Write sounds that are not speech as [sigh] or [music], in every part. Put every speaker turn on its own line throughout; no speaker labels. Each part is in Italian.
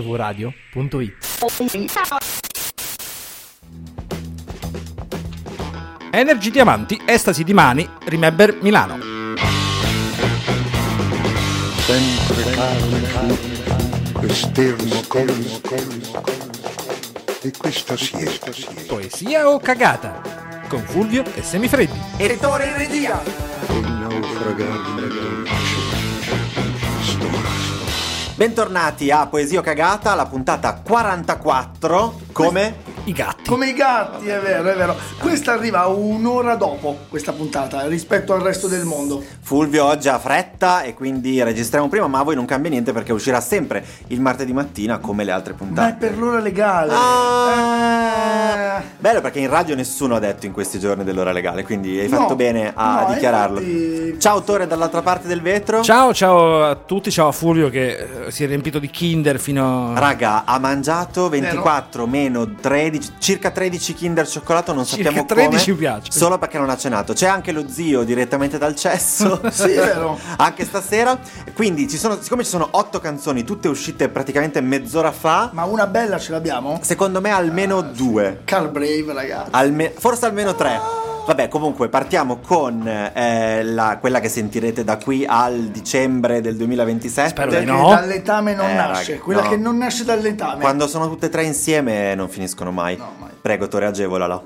mvradio.it
Energy Diamanti, Estasi di Mani, Remember Milano.
sempre carne fu esterno colmo colmo di questa siesta
Poesia o cagata? Con Fulvio e Semifreddi.
il naufragare del dolce stomaco
Bentornati a Poesia o Cagata, la puntata 44. Come?
I gatti.
Come i gatti, è vero, è vero. Questa arriva un'ora dopo questa puntata rispetto al resto del mondo.
Fulvio oggi ha fretta e quindi registriamo prima, ma a voi non cambia niente perché uscirà sempre il martedì mattina come le altre
Ma è
puntate.
per l'ora legale.
Ah.
Eh,
Bello perché in radio nessuno ha detto in questi giorni dell'ora legale, quindi hai
No,
fatto bene a
no,
dichiararlo.
infatti-
Ciao Tore dall'altra parte del vetro.
Ciao, ciao a tutti, ciao a Fulvio che eh, si è riempito di Kinder fino a...
Raga, ha mangiato 24 meno 13, circa 13 Kinder cioccolato, non
Circa
sappiamo
13
come,
mi piace.
Solo perché non ha cenato. C'è anche lo zio direttamente dal cesso.
[laughs]
Sì, è vero.
Anche stasera. Quindi, ci sono, siccome ci sono 8 canzoni, tutte uscite praticamente mezz'ora fa,
Ma una bella ce l'abbiamo?
secondo me almeno due.
Carl Brave, ragazzi.
Alme- forse almeno tre. Vabbè, comunque partiamo con eh, la- quella che sentirete da qui al dicembre del 2027.
Spero
Perché
di no.
dall'etame non
Eh,
nasce,
raga,
quella
no.
che non nasce dall'etame.
Quando sono tutte e tre insieme eh, non finiscono mai.
No, mai.
Prego, Tore, agevolala.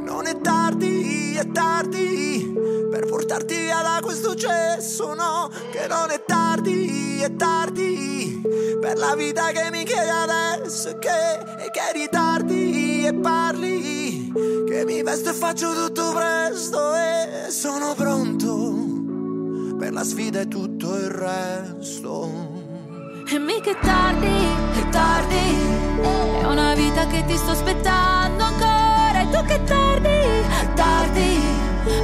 Non è tardi, è tardi per portarti via da questo cesso, no, che non è tardi, è tardi per la vita che mi chiedi adesso e che, e che ritardi e parli, che mi vesto e faccio tutto presto e sono pronto per la sfida e tutto il resto.
E mica è tardi, è tardi. È una vita che ti sto aspettando ancora. E tu che tardi, è tardi.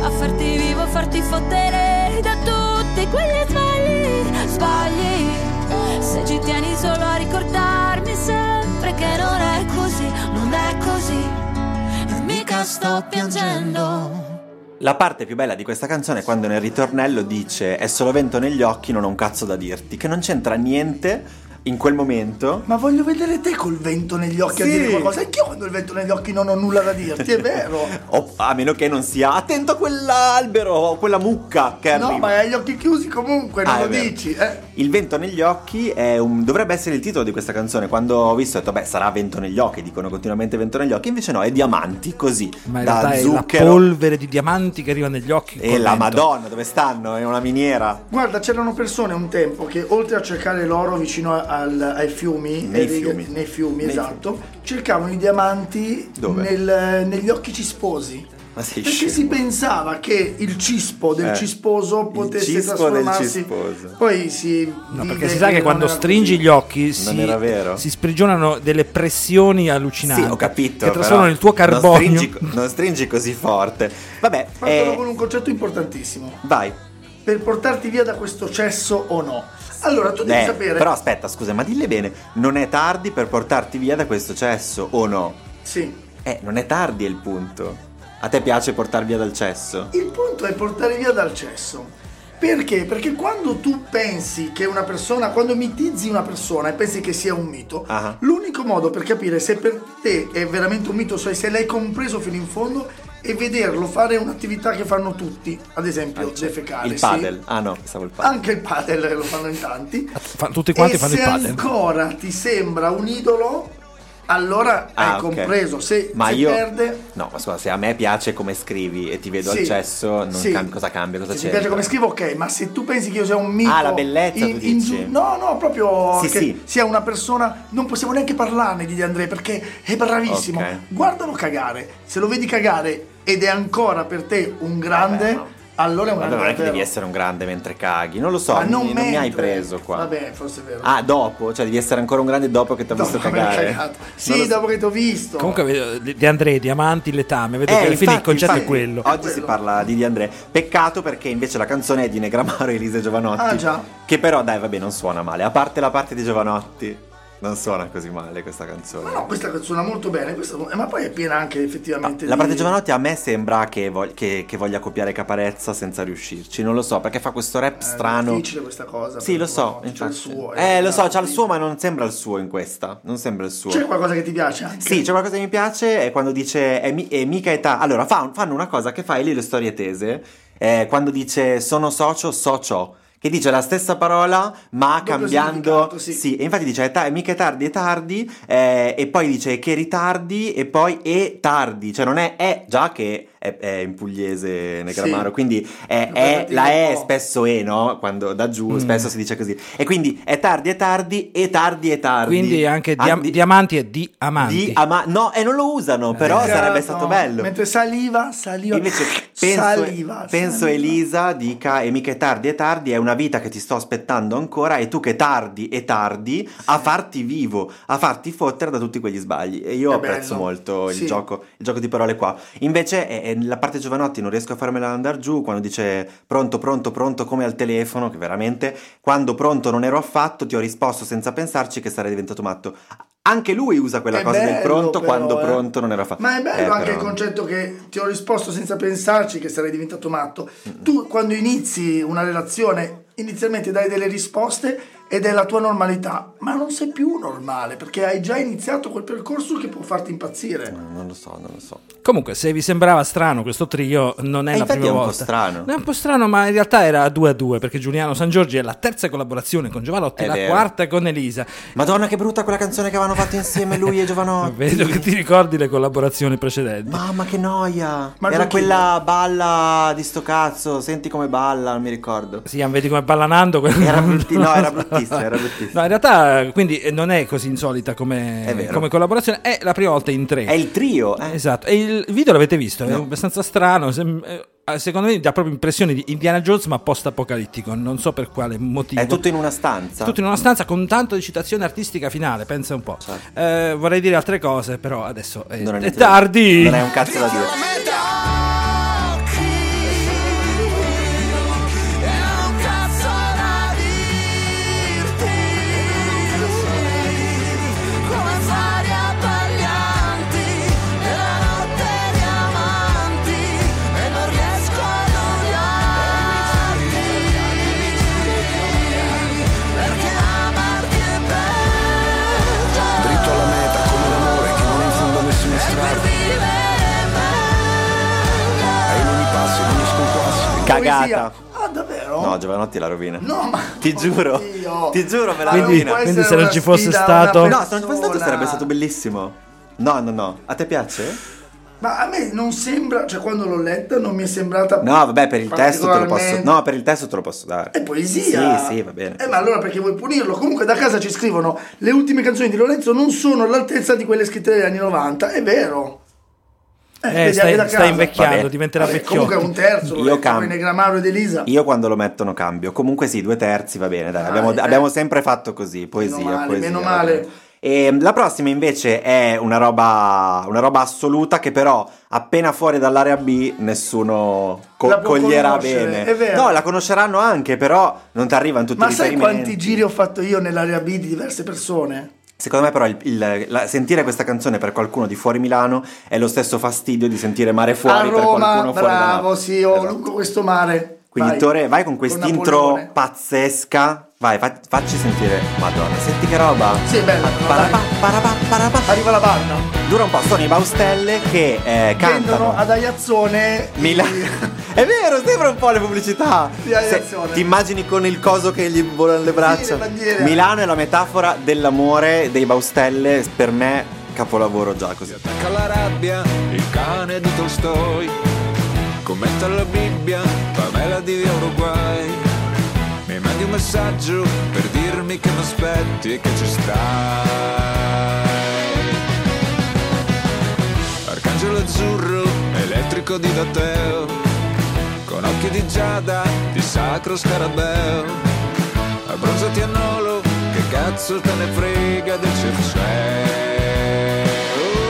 A farti vivo, a farti fottere da tutti quegli sbagli, sbagli. Se ci tieni solo a ricordarmi sempre che non è così, non è così. E mica sto piangendo.
La parte più bella di questa canzone è quando nel ritornello dice è solo vento negli occhi, non ho un cazzo da dirti, che non c'entra niente in quel momento.
Ma voglio vedere te col vento negli occhi a
Sì.
dire qualcosa. Anch'io quando ho il vento negli occhi non ho nulla da dirti, è
[laughs]
vero.
O- a meno che non sia attento a quell'albero o quella mucca
No,
che Eh, arriva.
ma hai gli occhi chiusi comunque, non
Ah, è
lo
vero.
dici. Eh.
Il vento negli occhi è un- dovrebbe essere il titolo di questa canzone. Quando ho visto ho detto, beh, sarà vento negli occhi, dicono continuamente vento negli occhi, invece no, è diamanti, così.
Ma in
da
realtà è la
zucchero
polvere di diamanti che arriva negli occhi.
e
col
la
vento.
Madonna, dove stanno? È una miniera.
Guarda, c'erano persone un tempo che oltre a cercare l'oro vicino al- ai fiumi,
Nei
eh,
fiumi.
nei fiumi,
Nei
esatto, cercavano i diamanti
Dove?
nel- negli occhi cisposi.
Ma sei
Perché
scemo.
si pensava che il cispo del
Eh,
cisposo
il
potesse
cispo del
trasformarsi.
cisposo.
Poi si.
No,
vide
perché si sa che
non
quando
era
stringi
così.
gli occhi
Non
si,
era vero.
si sprigionano delle pressioni allucinanti.
Sì, ho capito.
Che trasformano
però
il tuo carbonio.
Non stringi, non stringi così forte. Vabbè,
Partono
eh,
con un concetto importantissimo.
vai.
Per portarti via da questo cesso o no? Allora, tu devi
Eh,
sapere.
Però aspetta, scusa, ma dille bene, non è tardi per portarti via da questo cesso o no?
Sì.
Eh, non è tardi è il punto. A te piace portar via dal cesso?
Il punto è portare via dal cesso. Perché? Perché quando tu pensi che una persona, quando mitizzi una persona e pensi che sia un mito,
Ah.
l'unico modo per capire se per te è veramente un mito, cioè se l'hai compreso fino in fondo, è vederlo fare un'attività che fanno tutti, ad esempio defecare.
Ah, cioè, Il
sì.
padel. Ah no, pensavo il padel.
Anche il padel [laughs] lo fanno in tanti.
Fa- tutti quanti
e
fanno
se
il padel.
ancora ti sembra un idolo, allora
Ah,
hai
ok.
compreso. Se,
ma
se
io...
perde...
No, ma scusa, se a me piace come scrivi e ti vedo al
Sì.
cesso, non
Sì.
cam- cosa cambia? Cosa
Se
c'è?
ti piace come scrivo, ok, ma se tu pensi che io sia un mito.
Ah, la bellezza, tu dici?
giu- No, no, proprio
Sì,
che
sì.
sia una persona. Non possiamo neanche parlarne di De André perché è bravissimo.
Ok.
Guardalo cagare. Se lo vedi cagare ed è ancora per te un grande,
Eh beh, no.
allora è un
Vabbè,
grande.
non è che
davvero.
devi essere un grande mentre caghi, non lo so,
Ma
mi-
non,
non, mi hai
mentre.
preso qua.
Vabbè, forse è vero.
Ah, dopo? Cioè devi essere ancora un grande dopo che ti ha
Dopo
visto
aver
cagare.
cagato.
Non lo
Sì,
so.
dopo che ti ho visto.
Comunque, vedo- De André, Diamanti, Letame. Vedo
Eh,
che alla fine il
infatti,
concetto è
infatti,
quello.
Oggi
Quello.
si parla di Di André. Peccato perché invece la canzone è di Negramaro e Elisa Giovanotti.
Ah, già.
Che però, dai, vabbè, non suona male. A parte la parte di Giovanotti. Non suona così male questa canzone.
Ma no, questa suona molto bene, questa- eh, ma poi è piena anche effettivamente
La
di-
parte giovanotti a me sembra che, vog- che- che voglia copiare Caparezza senza riuscirci, non lo so, perché fa questo rap
È
strano.
Eh, difficile questa cosa.
Sì, lo
perché
so.
no, c'ha il
infatti.
suo.
eh, lo so, c'ha il
sì. Cioè,
suo, ma non sembra il suo in questa. Non sembra il suo.
C'è qualcosa che ti piace anche?
Sì, c'è qualcosa che mi piace è quando dice è, mi- è mica età. Allora, fa- fanno una cosa che fa lì le storie tese. eh, quando dice sono socio, socio. Che dice la stessa parola, ma
Doppio
cambiando.
significato, sì.
e infatti dice è, ta- è mica tardi, è tardi. eh, e poi dice che ritardi, e poi è tardi. Cioè, non è è già che è, è in pugliese nel
Sì.
grammaro. Quindi è,
Lo
è-
prendete
la
un
è
po'.
spesso è, no? Quando da
Mm.
giù spesso si dice così. E quindi è tardi, è tardi, è tardi, è tardi.
Quindi anche dia-
Andi-
diamanti e di amanti.
di ama- no, e non lo usano, però
Peccato.
sarebbe stato bello.
Esatto. Mentre saliva, saliva.
Invece penso,
saliva,
penso
saliva.
Elisa dica e mica è tardi, è tardi, è una vita che ti sto aspettando ancora e tu che tardi e tardi a farti vivo, a farti fottere da tutti quegli sbagli. E io
È
apprezzo
bello.
molto il,
Sì.
gioco, il gioco di parole qua. Invece eh, eh, la parte giovanotti non riesco a farmela andare giù quando dice pronto, pronto, pronto come al telefono, che veramente quando pronto non ero affatto ti ho risposto senza pensarci che sarei diventato matto. Anche lui usa quella
È
cosa del
bello,
pronto
però,
quando
eh.
pronto non ero affatto.
Ma è bello
Eh,
anche
però
il
non-
concetto che ti ho risposto senza pensarci che sarei diventato matto. Tu quando inizi una relazione inizialmente dai delle risposte ed è la tua normalità, ma non sei più normale perché hai già iniziato quel percorso che può farti impazzire.
Eh, Non lo so, non lo so.
Comunque, se vi sembrava strano questo trio, non è
Eh,
la
infatti
prima
è un po'
volta.
strano.
No, È un po' strano, ma in realtà era 2 a 2 perché Giuliano San Giorgi è la terza collaborazione con Giovanotti
È
e la
vero.
quarta con Elisa.
Madonna, che brutta quella canzone che avevano fatto
[laughs]
insieme lui e
Vedo che
Giovanotti.
ti ricordi le collaborazioni precedenti.
Mamma che noia!
Ma
Era
Giochino.
quella balla di sto cazzo, senti come balla, non mi ricordo.
Sì, vedi come ballanando.
Era brutti- no, era bruttissimo, era bruttissimo.
No, in realtà quindi eh, non è così insolita
È
come,
vero.
come collaborazione, è la prima volta in tre.
È il trio, eh?
Esatto, e il video l'avete visto, è abbastanza strano, sem- eh, secondo me dà proprio impressione di Indiana Jones ma post-apocalittico, non so per quale motivo.
È tutto in una stanza.
Tutto in una stanza con tanto di citazione artistica finale, pensa un po'. Eh, vorrei dire altre cose, però adesso è,
Certo. Non
è
è niente da-
tardi.
Non è un cazzo da dire.
Dritto alla meta come l'amore che non è in fondo a nessuna strada. E in ogni passo, in ogni sconquasso.
Cagata.
Poesia. Ah, davvero?
No, Giovanotti la rovina.
No, ma
Ti giuro,
Oddio.
ti giuro, me la
Ma non
Quindi-
può
rovina.
essere
quindi se non
una
ci fosse
sfida a
stato-
una
No, se non ci fosse stato
persona.
sarebbe stato bellissimo. No, no, no. A te piace?
Ma a me non sembra, cioè quando l'ho letta non mi è sembrata
No, vabbè, per il testo te lo posso.
particolarmente-
No, per il testo te lo posso dare.
È poesia.
Sì, sì, va bene.
Eh, ma allora perché vuoi punirlo? Comunque da casa ci scrivono le ultime canzoni di Lorenzo non sono all'altezza di quelle scritte negli anni 90. È vero.
Eh,
vedi,
stai,
anche da
stai
casa.
invecchiando,
Vabbè.
diventerà
Vabbè,
vecchiotto.
Comunque è un terzo,
Io
lo
cam-
cambio. Negramaro ed Elisa.
Io quando lo mettono cambio. Comunque sì, due terzi va bene, dai. Abbiamo,
eh.
abbiamo sempre fatto così, poesia.
male,
poesia,
meno
va
male.
bene. E la prossima invece è una roba, una roba assoluta che però appena fuori dall'area B nessuno co-
La può
coglierà
conoscere,
bene.
è vero.
No, la conosceranno anche, però non ti arrivano tutti
Ma
i
sai
riferimenti.
quanti giri ho fatto io nell'area B di diverse persone?
Secondo me però il- il- la- sentire questa canzone per qualcuno di fuori Milano è lo stesso fastidio di sentire Mare Fuori
a
per
Roma,
qualcuno fuori da
bravo,
Napoli.
sì, ho
Esatto.
lungo questo mare.
Quindi Tore, vai con
Napoleone.
quest'intro pazzesca. Vai, fa- facci sentire. Madonna, senti che roba.
Sì, è bella,
Pa- parapà, parapà, parapà.
Arriva la banda.
Dura un po', sono i Baustelle che eh,
Vendono
cantano.
ad Aiazzone i-
Mila- È vero, sembra un po' le pubblicità.
Sì, hai ragione.
ti immagini con il coso che gli volano le braccia.
le bandiere.
Milano è la metafora dell'amore dei Baustelle, per me capolavoro già così.
attacca la rabbia, il cane di Tolstoi, commenta la Bibbia, Pamela di Uruguay. Mi mandi un messaggio per dirmi che mi aspetti e che ci stai. Arcangelo azzurro, elettrico di Dateo, con occhi di giada, di sacro scarabeo. Abbronzati a Nolo, che cazzo te ne frega del Circeo?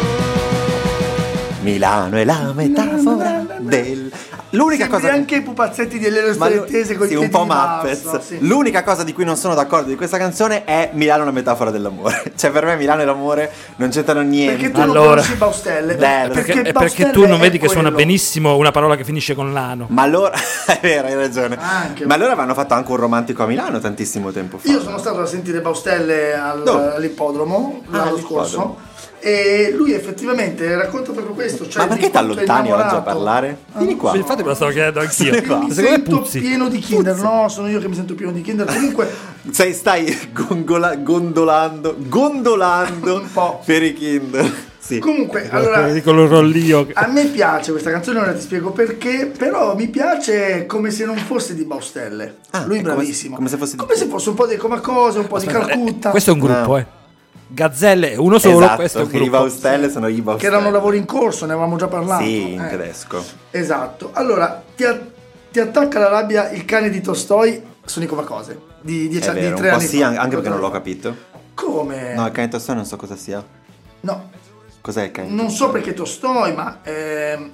Oh.
Milano è la metafora del [laughs] L'unica
Sembri
cosa-
anche i pupazzetti delle
Ma lu-
lettese con
sì,
i
un
piedi
po'
in
Muppets.
basso, sì.
L'unica cosa di cui non sono d'accordo di questa canzone è Milano è una metafora dell'amore. [laughs] Cioè, per me Milano e l'amore non c'entrano niente.
Perché tu non
Allora. eh,
conosci Baustelle?
Bello.
Perché, è perché
Baustelle
tu non
è
vedi che suona
quello.
benissimo una parola che finisce con l'ano.
Ma allora [laughs] è vero, hai ragione.
Anche.
Ma allora vanno fatto anche un romantico a Milano tantissimo tempo fa.
Io sono stato a sentire Baustelle al-
Dove? Ah,
all'ippodromo l'anno
all'ippodromo.
scorso e lui effettivamente racconta proprio questo. Cioè Ah.
Ma perché ti allontani oggi a parlare? Vieni qua.
Infatti me la stavo chiedendo anch'io.
Vieni qua.
Mi
Secondo me
sento
puzzi.
pieno di Kinder, no? Sono io che mi sento pieno di Kinder.
[laughs]
Comunque,
Sei- stai [laughs] gongola- gondolando, gondolando
[laughs] Un po'.
per i Kindle. Sì.
comunque allora
Con lo rollio.
A me piace questa canzone, ora ti spiego perché, però mi piace come se non fosse di Baustelle.
Ah,
Lui
è come
bravissimo.
se- come se fosse di- eh,
se fosse un po' di Comacose, un po' di Calcutta,
Questo è un gruppo,
No.
eh. Gazzelle è uno solo,
esatto,
questo è un
che i
gruppo.
Baustelle sono i Baustelle.
che erano lavori in corso, ne avevamo già parlato.
Sì, in
Eh,
tedesco.
Esatto. Allora, ti, a- ti attacca la rabbia il cane di Tostoi sono i Comacose, di, dieci,
È
di
vero,
tre
un po'
anni
sì,
fa.
an- anche perché non l'ho capito.
Come?
No, il cane Tostone non so cosa sia.
No,
Cos'è il cane?
non so
Tostone?
perché Tostoi, ma... ehm,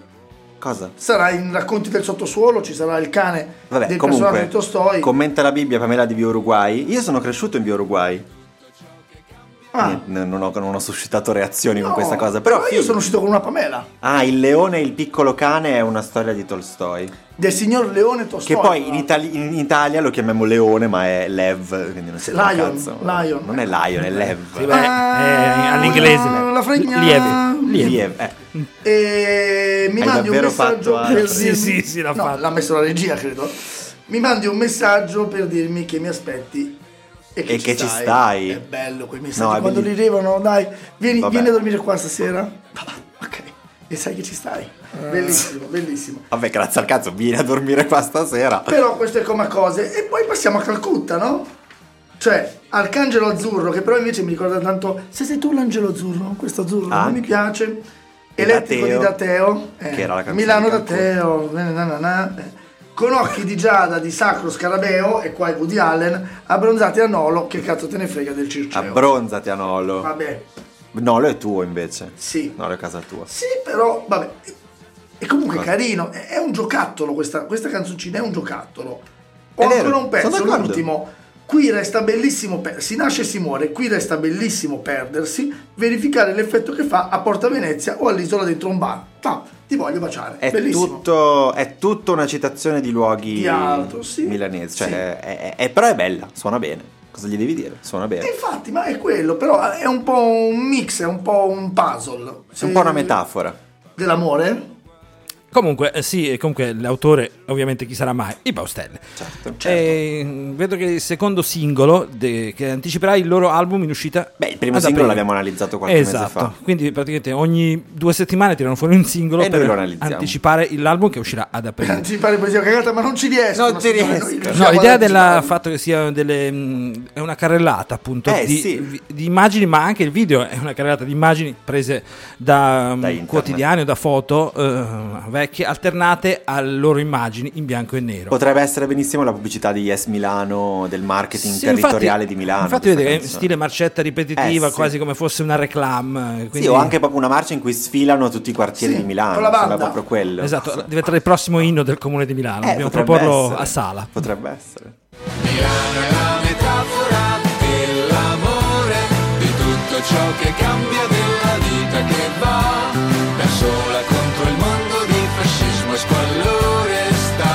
Cosa?
Sarà in racconti del sottosuolo, ci sarà il cane
Vabbè,
del personaggio
comunque,
di Tostoi.
commenta la Bibbia Pamela di Via Uruguay. Io sono cresciuto in Via Uruguay.
Ah.
Niente, Non, ho, non ho suscitato reazioni con
No, eh,
questa cosa. Però,
io sono uscito con una Pamela
Ah, Il leone e il piccolo cane è una storia di Tolstoi.
del signor Leone Tostoi.
Che poi in, Itali- in Italia lo chiamiamo leone, ma è Lev. Quindi non si
Lion,
cazzo.
Lion.
Non è Lion, è Lev.
Sì, beh, è Eh, all'inglese.
Ah, la- la fregna-
Lieve. Lieve.
Liev, eh.
E mi
Hai
mandi un
davvero
messaggio
fatto, Ale?
per
Sì,
dirmi-
sì, sì, l'ha
No,
fatto.
l'ha messo la regia, credo. Mi mandi un messaggio per dirmi che mi aspetti e che,
E
ci,
che ci
stai.
stai.
È bello quei messaggi.
No, è
Quando li
belli-
arrivano, dai, vieni,
Vabbè.
vieni a dormire qua stasera. [laughs] Ok. E sai che ci stai.
Ah.
Bellissimo, bellissimo.
Vabbè, grazie al cazzo, vieni a dormire qua stasera.
Però questo è come cose. E poi passiamo a Calcutta, no? Cioè, Arcangelo Azzurro, che però invece mi ricorda tanto. Se sei tu l'angelo azzurro, questo azzurro
Ah.
non mi piace.
E
Elettrico
Dateo,
di Dateo. eh,
che era la canzone
Milano
di Calcutta.
Dateo. na, na, na, na, eh. Con occhi di giada di Sacro Scarabeo, e qua è Woody Allen, abbronzati a Nolo, che cazzo te ne frega del circeo.
Abbronzati a Nolo.
Vabbè,
Nolo è tuo invece.
Sì.
Nolo è casa tua.
sì, però, vabbè. È comunque carino, è, è un giocattolo questa, questa canzoncina, è un giocattolo. Ho
È vero,
ancora un pezzo,
sono d'accordo.
l'ultimo. Qui resta bellissimo, per- si nasce e si muore, qui resta bellissimo perdersi, verificare l'effetto che fa a Porta Venezia o all'isola dei Tromban. Ta, ti voglio baciare.
È
bellissimo.
tutto, è tutta una citazione di luoghi
Di altro, sì.
milanesi. Cioè,
Sì.
è- è- è- però è bella, suona bene. Cosa gli devi dire? Suona
E
bene.
infatti, ma è quello, però è un po' un mix, è un po' un puzzle. Eh,
È un po' una metafora.
Dell'amore? [laughs]
Comunque, eh, sì, e comunque l'autore, ovviamente chi sarà mai? I Baustelle.
Certo.
E, mm, vedo che il secondo singolo de- che anticiperà il loro album in uscita.
Beh, il primo
ad
singolo
aprile.
l'abbiamo analizzato qualche
esatto.
mese fa.
Quindi praticamente ogni due settimane tirano fuori un singolo
E noi lo
per
analizziamo.
anticipare l'album che uscirà ad aprile.
Anticipare poesia cagata, ma non ci riesco.
Non
ma
ci
signore,
riesco.
noi
No,
No,
riusciamo
l'idea
ad
del
anticipare.
fatto che sia delle, mh, è una carrellata appunto
Eh,
di,
sì.
vi- di immagini, ma anche il video è una carrellata di immagini prese da mh,
Da internet.
quotidiani o da foto eh, vecchie, alternate alle loro immagini in bianco e nero.
Potrebbe essere benissimo la pubblicità di Yes Milano, del marketing
Sì,
territoriale
infatti-
di Milano.
Infatti,
questa
vedete che è in
canzone.
stile marcetta ripetitiva,
Eh, sì.
quasi come fosse una reclam. eh,
Sì,
quindi-
o anche proprio una marcia in cui sfilano tutti i quartieri
Sì,
di Milano.
con la
sembra
banda.
proprio quello.
Esatto, diventerà il prossimo inno del comune di Milano.
Eh,
Dobbiamo
potrebbe
proporlo
essere.
a sala.
Potrebbe essere.
Milano è la metafora dell'amore, di tutto ciò che cambia della vita che va, da sola contro il mondo di fascismo e squallore sta.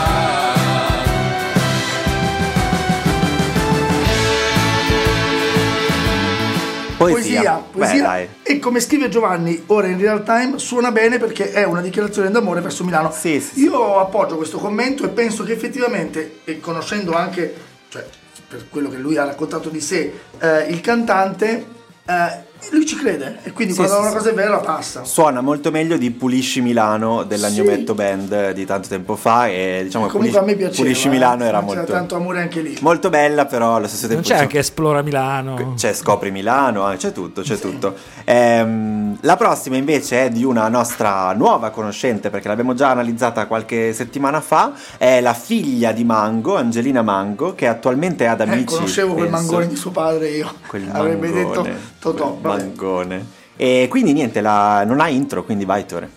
poesia,
Poesia. ah, Beh,
poesia.
dai.
e come scrive Giovanni ora in real time suona bene perché è una dichiarazione d'amore verso Milano
Sì, sì, sì.
io appoggio questo commento e penso che effettivamente e conoscendo anche cioè, per quello che lui ha raccontato di sé eh, il cantante eh, lui ci crede e quindi
Sì,
quando
sì,
una
sì.
cosa è vera passa
Suona molto meglio di Pulisci Milano dell'Agnometto
Sì.
Band di tanto tempo fa e diciamo
comunque a me
Pulisci-
piaceva
Pulisci
eh,
Milano era
c'era
molto,
tanto amore anche lì
molto bella però allo stesso
Non
tempo
c'è
diciamo-
anche Esplora Milano.
c'è Scopri Milano, eh, c'è tutto, c'è tutto. Ehm, la prossima invece è di una nostra nuova conoscente perché l'abbiamo già analizzata qualche settimana fa, è la figlia di Mango, Angelina Mango, che attualmente è ad
Eh,
Amici.
conoscevo quel
penso.
mangone di suo padre io
Quel
[laughs] avrebbe detto
mangone,
Totò
quel
vabbè.
mangone. E quindi niente, la- non ha intro, quindi vai Tore.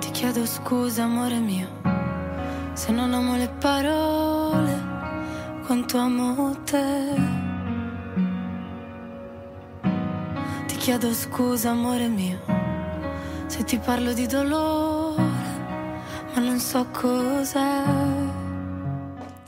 Ti chiedo scusa, amore mio.
Se non amo le parole, quanto amo te. Ti chiedo scusa, amore mio, se ti parlo di dolore, ma non so cos'è.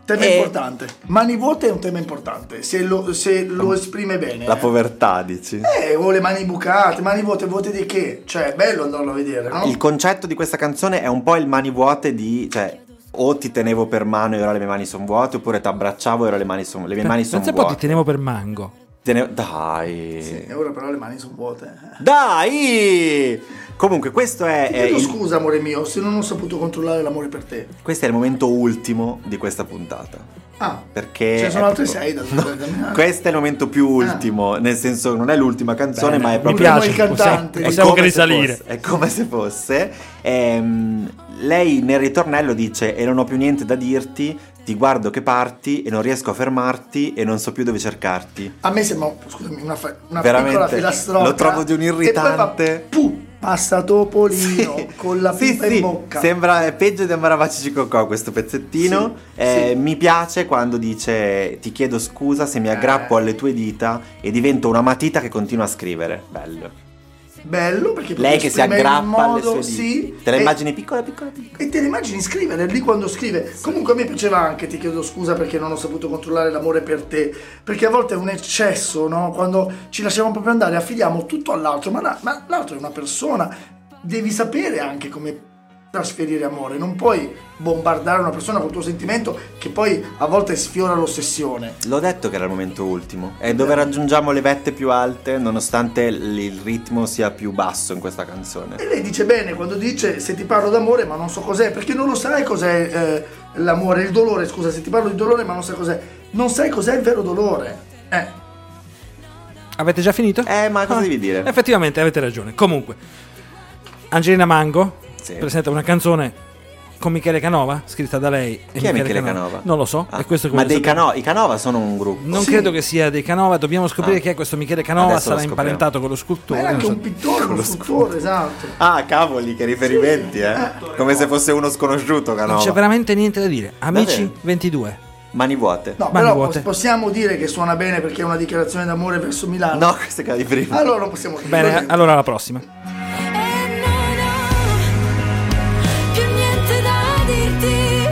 Tema
E-
importante. Mani vuote è un tema importante, se lo, se lo esprime bene.
La povertà, dici.
eh, o le mani bucate, mani vuote, vuote di che? Cioè, è bello andarlo a vedere, no?
Il concetto di questa canzone è un po' il mani vuote di... Cioè, o ti tenevo per mano e ora le mie mani sono vuote, oppure ti abbracciavo e ora le, mani son-
Eh,
le mie mani sono
Pensa un po' ti
vuote.
tenevo per mango.
Tenevo- Dai...
E ora però le mani sono vuote.
Dai! Comunque, questo è,
Ti
è
chiedo
Eh, il,
scusa, amore mio, se non ho saputo controllare l'amore per te.
questo è il momento ultimo di questa puntata.
Ah,
Perché ecco.
Ce ne sono
è
altre
proprio-
sei
[laughs]
da da Ah. camminare.
Questo è il momento più ultimo, nel senso non è l'ultima canzone,
Bene,
ma è
mi
proprio
piace.
il cantante.
possiamo-
è
Possiamo
come
che
se
risalire.
fosse- è come se fosse. Ehm, lei nel ritornello dice: E non ho più niente da dirti, ti guardo che parti, e non riesco a fermarti, e non so più dove cercarti.
A me sembra, scusami, una, fa- una
Veramente,
piccola filastrocca.
lo trovo di un irritante.
E poi va, puh, passa Topolino con la
Sì,
pipa
sì,
in bocca.
Sembra è peggio di Amarabaci Cicocò questo pezzettino.
Sì,
Eh,
sì.
Mi piace quando dice ti chiedo scusa se mi
Eh.
aggrappo alle tue dita e divento una matita che continua a scrivere. Bello.
Bello perché
Lei che si
esprime in
aggrappa alle
modo-
sue dita.
sì,
Te la
e-
immagini piccola, piccola, piccola.
E te le immagini scrivere lì quando scrive. Comunque mi piaceva anche, ti chiedo scusa perché non ho saputo controllare l'amore per te. Perché a volte è un eccesso, no? Quando ci lasciamo proprio andare, affidiamo tutto all'altro, ma, la- ma l'altro è una persona. Devi sapere anche come trasferire amore, non puoi bombardare una persona col tuo sentimento che poi a volte sfiora l'ossessione.
L'ho detto che era il momento ultimo. È dove raggiungiamo le vette più alte, nonostante l- il ritmo sia più basso in questa
E
canzone.
lei dice bene quando dice se ti parlo d'amore ma non so cos'è, perché non lo sai cos'è eh, l'amore, il dolore, scusa, se ti parlo di dolore ma non sai cos'è, non sai cos'è il vero dolore. Eh,
Avete già finito?
Eh, ma cosa
Ah,
devi dire?
Effettivamente avete ragione. Comunque, Angelina Mango
Sì.
presenta una canzone con Michele Canova, scritta da lei. e
Chi è Michele Canova?
Non lo so.
Ah,
è questo che
ma
voglio
dei
sapere.
Canova, i Canova sono un gruppo.
Non
Sì.
credo che sia dei Canova, dobbiamo scoprire
Ah.
chi è questo Michele Canova,
Adesso lo
sarà
scopriamo.
imparentato con lo
ma
scultore.
era anche
non
un
so.
pittore, uno scultore, esatto.
Ah, cavoli, che riferimenti, eh. Come se fosse uno sconosciuto
Non
Canova.
c'è veramente niente da dire. Amici
Davvero?
22.
Mani vuote.
No,
Mani
però
vuote.
pos- possiamo dire che suona bene perché è una dichiarazione d'amore verso Milano.
No, [laughs] questo è di prima.
Allora lo possiamo dire. va
Bene,
bene.
allora alla prossima.
E non ho più niente da dirti,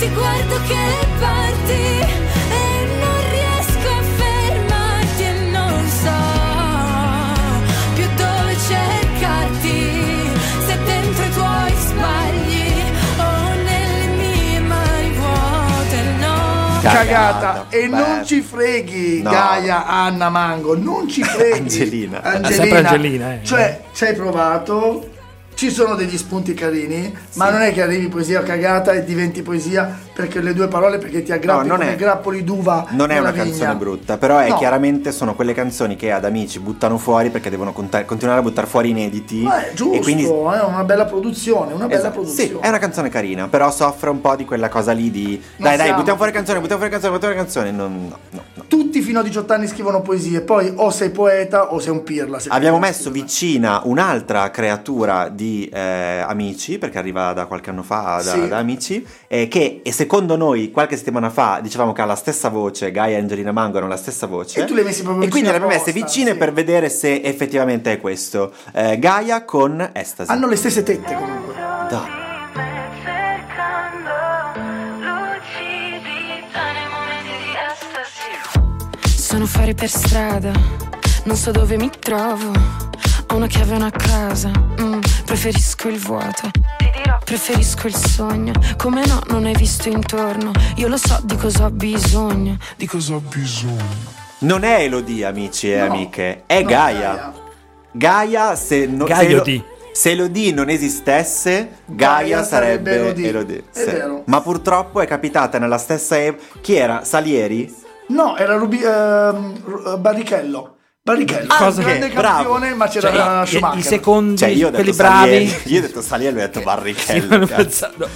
ti guardo che parti e non riesco a fermarti e non so più dove cercarti, se dentro i tuoi sbagli o nelle mie mani vuote no.
Cagata e
Beh.
non ci freghi,
No.
Gaia, Anna Mango, non ci freghi.
Angelina.
Angelina.
Sempre Angelina, eh.
Cioè, ci hai provato, ci sono degli spunti carini, ma non è che arrivi poesia cagata e diventi poesia perché le due parole perché ti aggrappi
No, non
come
è-
grappoli d'uva.
Non è
nella
una
vigna.
canzone brutta, però è
No.
chiaramente sono quelle canzoni che ad amici buttano fuori perché devono conta- continuare a buttare fuori inediti.
Ma è giusto,
e quindi
è una bella produzione, una bella
Esatto,
produzione.
Sì, è una canzone carina, però soffre un po' di quella cosa lì di
Non
dai, dai,
siamo-
buttiamo fuori canzone, buttiamo fuori canzone, buttiamo fuori canzone. Non- no, no, no.
Tutti fino a 18 anni scrivono poesie, poi o sei poeta o sei un pirla. se
Abbiamo
puoi
messo
scrivere.
vicina un'altra creatura di eh, Amici, perché arriva da qualche anno fa da,
Sì.
da Amici, eh, che e secondo noi qualche settimana fa dicevamo che ha la stessa voce, Gaia e Angelina Mango hanno la stessa voce.
E tu le hai messe proprio
E quindi
vicine
le abbiamo messe
apposta,
vicine
sì.
per vedere se effettivamente è questo. Eh, Gaia con Estasi.
Hanno le stesse tette comunque.
Da-
cercando lucidità nei momenti di estasi.
Sono fuori per strada, non so dove mi trovo. Ho una chiave e una casa, mm, preferisco il vuoto. Preferisco il sogno, come no, non hai visto intorno. Io lo so di cosa ho bisogno.
Di cosa ho bisogno?
Non è Elodie, amici e
No,
amiche, è
no,
Gaia. Gaia, se, no, se
Gaiodi.
Elo- se Elodie non esistesse, Gaia,
Gaia
sarebbe,
sarebbe Elodie.
Elodie,
È vero.
Ma purtroppo è capitata nella stessa e- Chi era? Salieri?
No, era Rubi- ehm, Ru- eh, Barrichello. Barrichello,
Anche,
un grande
Ah, bravo. eh,
campione, ma c'era
Cioè, i-
Schumacher.
i, secondi,
Cioè, io ho detto
quelli
Salieri.
bravi. [laughs]
[laughs] Io ho detto Salieri, lui ha detto
Sì,
Barrichello.
hanno
cazzo.
pensato-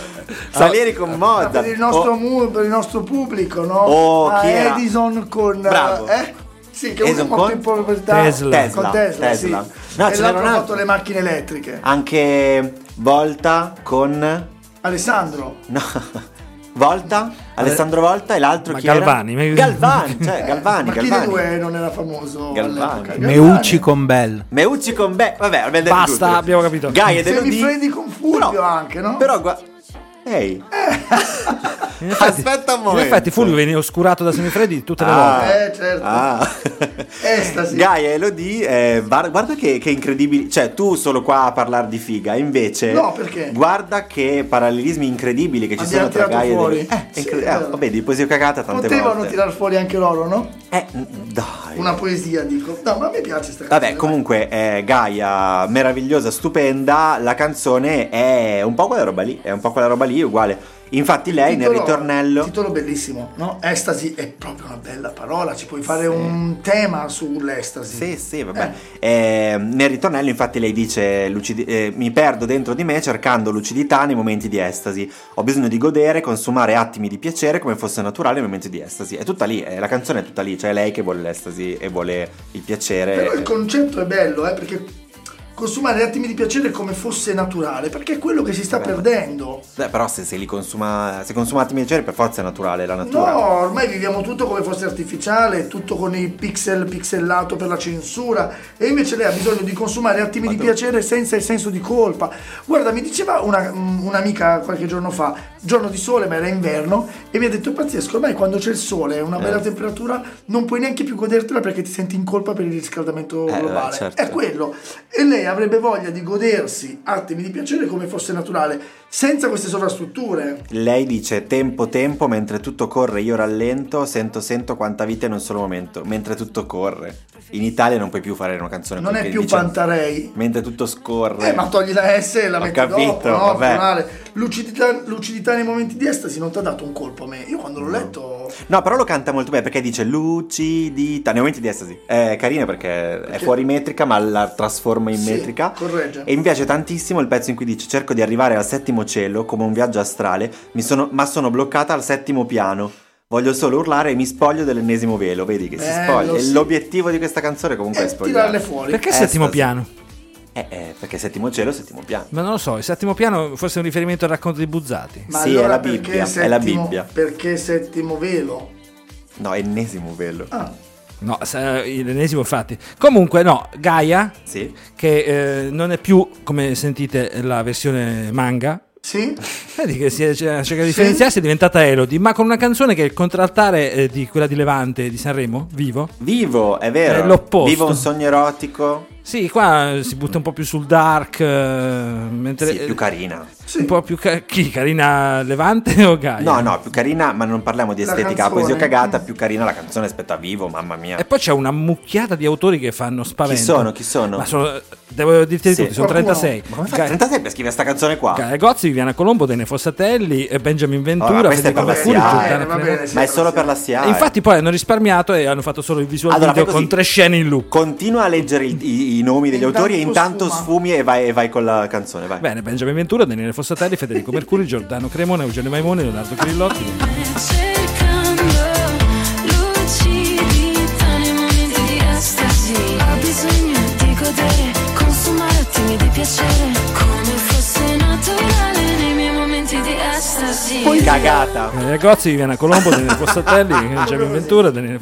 Salieri con
Ma
Mozart.
per il, nostro
Oh,
mu- per il nostro pubblico, no?
Oh,
Ah,
chi era?
Edison con...
Bravo.
Eh? Sì, che uno
Edison
è morto
con?
in povertà.
Tesla.
Con Tesla,
Tesla.
sì.
No,
e
ce n'era un Ah.
l'altro ha fatto
altro.
le macchine elettriche.
Anche Volta con
Alessandro,
No. [laughs] Volta, Alessandro Volta e l'altro
ma
chi era?
Galvani, ma-
Galvani,
[laughs]
cioè Galvani,
ma chi dei
Galvani.
due non era famoso
Galvani.
all'epoca?
Meucci con Bell.
Meucci con Be... Vabbè, abbiamo detto
Basta,
tutto.
abbiamo capito.
Gaia De
Se mi
Ludi-
prendi con Fulvio
Però-
anche, no?
Però guarda... Ehi.
In effetti-
Aspetta un momento.
In effetti Fulvio viene oscurato da semifreddi tutte le
Ah.
volte.
Eh, certo.
Ah.
Estasi.
[laughs] Gaia Elodie, eh, bar- guarda che, che incredibili, cioè tu solo qua a parlare di figa, invece
No, perché?
guarda che parallelismi incredibili che ci
Abbiamo
sono tra
tirato
Gaia e
fuori.
Elodie. Eh, è
Sì,
incre-
è vero.
ah, vabbè, di poesia cagata tante
Potevano
volte.
tirar fuori anche loro, no?
Eh, n- dai.
Una poesia, dico. No, ma a me piace sta canzone.
Vabbè, comunque eh, Gaia, meravigliosa, stupenda, la canzone è un po' quella roba lì, è un po' quella roba lì uguale. Infatti lei nel ritornello...
Titolo bellissimo, no? Estasi è proprio una bella parola, ci puoi fare un tema sull'estasi.
Sì, sì, vabbè. Eh, nel ritornello, infatti, lei dice: lucidi- eh, Mi perdo dentro di me cercando lucidità nei momenti di estasi. Ho bisogno di godere, consumare attimi di piacere come fosse naturale nei momenti di estasi. È tutta lì, eh, la canzone è tutta lì. Cioè, è lei che vuole l'estasi e vuole il piacere.
Però il concetto è bello, eh, perché consumare attimi di piacere come fosse naturale, perché è quello che si sta perdendo.
Eh, però, se, se li consuma, se consuma attimi di piacere, per forza è naturale, è la natura.
No, ormai viviamo tutto come fosse artificiale, tutto con i pixel pixelato per la censura e invece lei ha bisogno di consumare attimi di piacere senza il senso di colpa. Guarda, mi diceva una- mm, un'amica qualche giorno fa, giorno di sole ma era inverno, e mi ha detto pazzesco, ormai quando c'è il sole e una
Eh.
bella temperatura non puoi neanche più godertela perché ti senti in colpa per il riscaldamento
Eh,
globale.
beh, certo.
È quello. E lei avrebbe voglia di godersi attimi di piacere come fosse naturale, senza queste sovrastrutture.
Lei dice tempo tempo mentre tutto corre io rallento sento sento quanta vita in un solo momento mentre tutto corre in Italia non puoi più fare una canzone
Non
con-
è
che
più
dice-
Pantarei.
mentre tutto scorre
Eh, ma togli la S e la
Ho
metti
capito,
dopo, no?
vabbè.
Finale. Lucidità, lucidità nei momenti di estasi non ti ha dato un colpo a me. Io quando l'ho letto...
no però lo canta molto bene perché dice lucidità nei momenti di estasi è carina perché, è fuori metrica ma la trasforma in
Sì,
metrica
corregge.
e mi piace tantissimo il pezzo in cui dice cerco di arrivare al settimo cielo come un viaggio astrale mi sono- ma sono bloccata al settimo piano Voglio solo urlare e mi spoglio dell'ennesimo velo, vedi che si
Bello,
spoglia. E
sì.
L'obiettivo di questa canzone comunque è
E
spogliare.
eh, tirarle fuori.
Perché
Eh,
settimo
sta-
piano?
Eh, eh, perché settimo cielo, settimo piano.
Ma non lo so, il settimo piano forse è un riferimento al racconto di Buzzati.
Ma
Sì, è la
perché
Bibbia, è la Bibbia.
Perché settimo velo?
No, ennesimo velo.
Ah,
No, sa- eh, l'ennesimo infatti. Comunque no, Gaia,
Sì.
che eh, non è più, come sentite, la versione manga,
sì?
Vedi che si è, cioè, cerca di differenziarsi, è diventata Elodie, ma con una canzone che è il contraltare eh, di quella di Levante di Sanremo, vivo.
Vivo, è vero.
È l'opposto.
Vivo un sogno erotico.
Sì, qua eh, si butta un po' più sul dark, eh, mentre
Sì, più carina.
Sì.
un po' più ca- chi carina Levante o Gaia?
No, no, più carina, ma non parliamo di
La
estetica. La poesia
canzone.
cagata, più carina la canzone rispetto a Vivo, mamma mia.
E poi c'è una mucchiata di autori che fanno spavento.
Chi sono, chi sono?
Ma sono- devo dirti di
Sì.
tutti, sono
Qualcuno?
36.
Ma come fai
Gaia-
37 per scrivere sta canzone qua?
Gaia Gozzi, Viviana Colombo, Dene Fossatelli, eh, Benjamin
Oh,
Ventura,
ma questa è
Federico
per la
Mercurio,
SIAE,
Giordana
va
Frenet.
bene, sì,
ma è solo per la
E
SIA.
Infatti poi hanno risparmiato e hanno fatto solo il visual
Allora,
video
fai così.
con tre scene in loop.
Continua a leggere il- i, i nomi degli
Intanto
autori e intanto
sfuma.
sfumi e vai, e vai con la canzone, vai.
Bene, Benjamin Ventura, Daniele Fossatelli, Federico Mercuri, Giordano Cremone, Eugenio Maimone, Leonardo Grillotti.
Cercando lucidità nei momenti di estasi.
Ho bisogno di godere, consumare attimi di piacere,
Come fosse naturale nei miei momenti di estasi.
Cagata.
Maria Gozzi, Viviana Colombo, Daniele
[laughs]
Fossatelli, Benjamin Ventura, Daniele...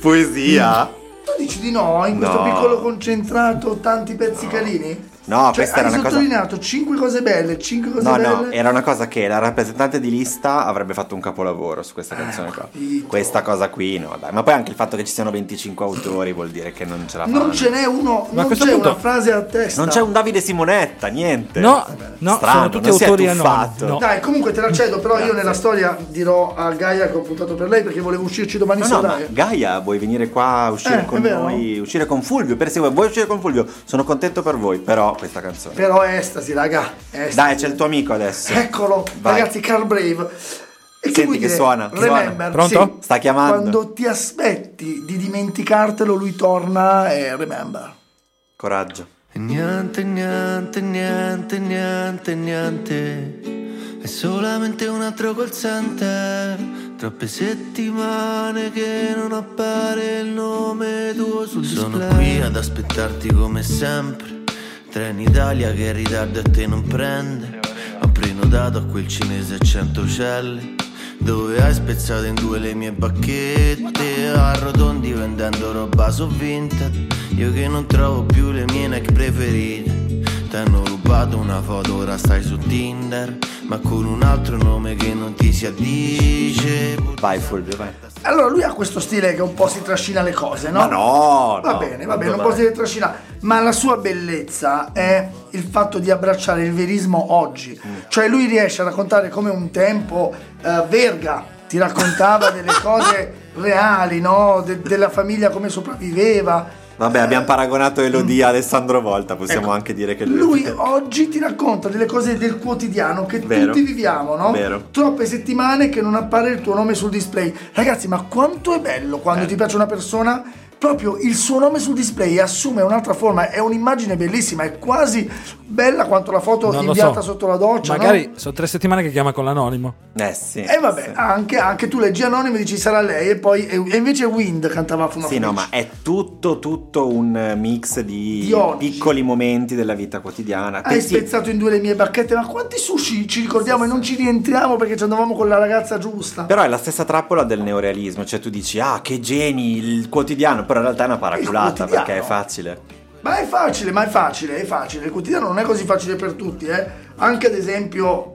Poesia.
Tu dici di no in questo
No.
piccolo concentrato tanti pezzi carini? Cioè,
No, questa era
hai
una cosa-
sottolineato 5 cose belle, 5 cose
No,
belle.
no, era una cosa che la rappresentante di lista avrebbe fatto un capolavoro su questa canzone qua.
capito.
Questa cosa qui, no, dai. Ma poi anche il fatto che ci siano 25 autori vuol dire che non ce la fanno.
Non ce n'è uno,
Ma a
non c'è
questo punto-
una frase a testa.
Non c'è un Davide Simonetta, niente.
No, no,
Strano,
sono tutti
non si è
autori
tuffato.
anonimi. No.
Dai, comunque te la cedo, però io nella storia dirò a Gaia che ho puntato per lei perché volevo uscirci domani
No, no,
sera.
ma Gaia, vuoi venire qua a uscire
Eh, è
con
vero.
noi? Uscire con Fulvio? Per se vuoi, vuoi uscire con Fulvio? Sono contento per voi, però questa canzone.
Però estasi, raga. Estasi.
Dai, c'è il tuo amico adesso.
Eccolo,
Vai.
ragazzi, Carl Brave. E
Senti
vuol
che
dire?
suona, che
Remember,
suona. Pronto?
sì.
Sta chiamando.
Quando ti aspetti di dimenticartelo, lui torna e remember.
Coraggio.
Niente, niente, niente, niente, niente. È solamente un altro call center. Troppe settimane che non appare il nome tuo sul Sono qui ad aspettarti come sempre. Trenitalia che in ritardo a te non prende. Apri
vino dato a quel cinese a 100 uccelli Dove hai spezzato in due le mie bacchette Arrotondi vendendo roba sovvinta Io che non trovo più le mie neck preferite T'hanno rubato una foto, ora stai su Tinder Ma con un altro nome che non ti si addice
Vai Fulvio, vai.
Allora lui ha questo stile che un po' si trascina le cose, no?
Ma no,
Va
no,
bene, va
quando
bene, un
mai?
po' si deve trascinare. Ma la sua bellezza è il fatto di abbracciare il verismo oggi. Cioè lui riesce a raccontare come un tempo eh, Verga ti raccontava delle cose
[laughs]
reali, no? De- della famiglia come sopravviveva.
Vabbè, abbiamo paragonato Elodie a Alessandro Volta, possiamo anche dire che lui...
Ecco. Lui oggi ti racconta delle cose del quotidiano che
Vero.
tutti viviamo, no?
Vero.
Troppe settimane che non appare il tuo nome sul display. Ragazzi, ma quanto è bello
Eh.
quando ti piace una persona, proprio il suo nome sul display assume un'altra forma, è un'immagine bellissima, è quasi bella quanto la foto
Non lo
inviata
so.
sotto la doccia.
Magari
no?
sono tre settimane che chiama con l'anonimo.
Eh sì.
E vabbè, Ah,
sì.
anche, anche tu leggi anonimo e dici sarà lei, e poi e e invece Wind cantava Fuma
Sì, no,
Felice.
ma è tutto, tutto un eh, mix di,
Di oggi.
piccoli momenti della vita quotidiana.
Hai
Pensi-
spezzato in due le mie bacchette, ma quanti sushi ci ricordiamo e non ci rientriamo perché ci andavamo con la ragazza giusta?
Però è la stessa trappola del neorealismo, cioè tu dici, ah, che geni, il quotidiano, però in realtà è una paraculata
quotidiano.
perché è facile.
Ma è facile, ma è facile, è facile. Il quotidiano non è così facile per tutti, eh. Anche ad esempio,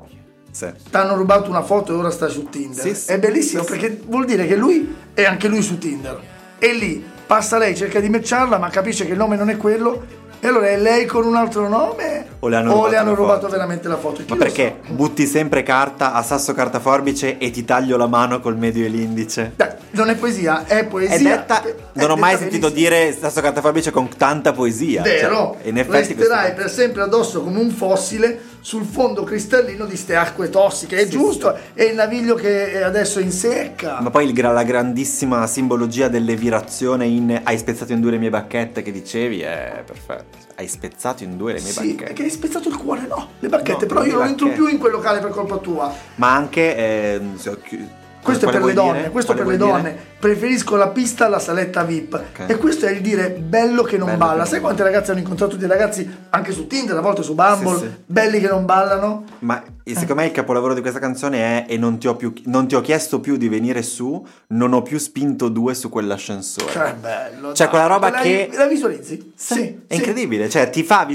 Sì.
t'hanno rubato una foto e ora sta su Tinder.
Sì, sì,
è bellissimo
sì, sì.
perché vuol dire che lui è anche lui su Tinder. E lì passa lei, cerca di matcharla, ma capisce che il nome non è quello. E allora è lei con un altro nome?
O le hanno rubato la
rubato
foto.
veramente la foto? Chi
Ma
lo
perché butti sempre carta a sasso carta forbice e ti taglio la mano col medio e l'indice?
sa? Dai, non è poesia, è poesia.
È detta,
È
non ho mai
detta
sentito
benissimo.
dire sasso carta forbice con tanta poesia.
Vero,
Cioè, in effetti questo-
resterai per sempre addosso come un fossile sul fondo cristallino di ste acque tossiche. È giusto, è il naviglio che è adesso in secca.
Ma poi il gra- la grandissima simbologia dell'evirazione in hai spezzato in due le mie bacchette che dicevi è perfetto. Hai spezzato in due le mie
sì,
bacchette.
perché hai spezzato il cuore, no, le bacchette,
No,
però
le
io non entro
bacchette.
più in quel locale per colpa tua.
Ma anche... ehm, se ho chi-
Questo è
quale
per le
vuoi
donne,
dire?
questo è per
Quale
le
vuoi
donne.
dire?
Preferisco la pista alla saletta VIP. E questo è il dire bello che non
Bello che
balla.
non
Sai
balla.
quante ragazze hanno incontrato dei ragazzi anche su Tinder, a volte su Bumble,
Sì, sì.
belli che non ballano?
Ma eh, secondo me il capolavoro di questa canzone è E non ti ho, più, non ti ho chiesto più di venire su, non ho più spinto due su quell'ascensore.
Cioè, è bello.
Cioè,
dai.
quella roba
la,
che-
La visualizzi?
Sì,
sì
è
sì.
incredibile, cioè ti fa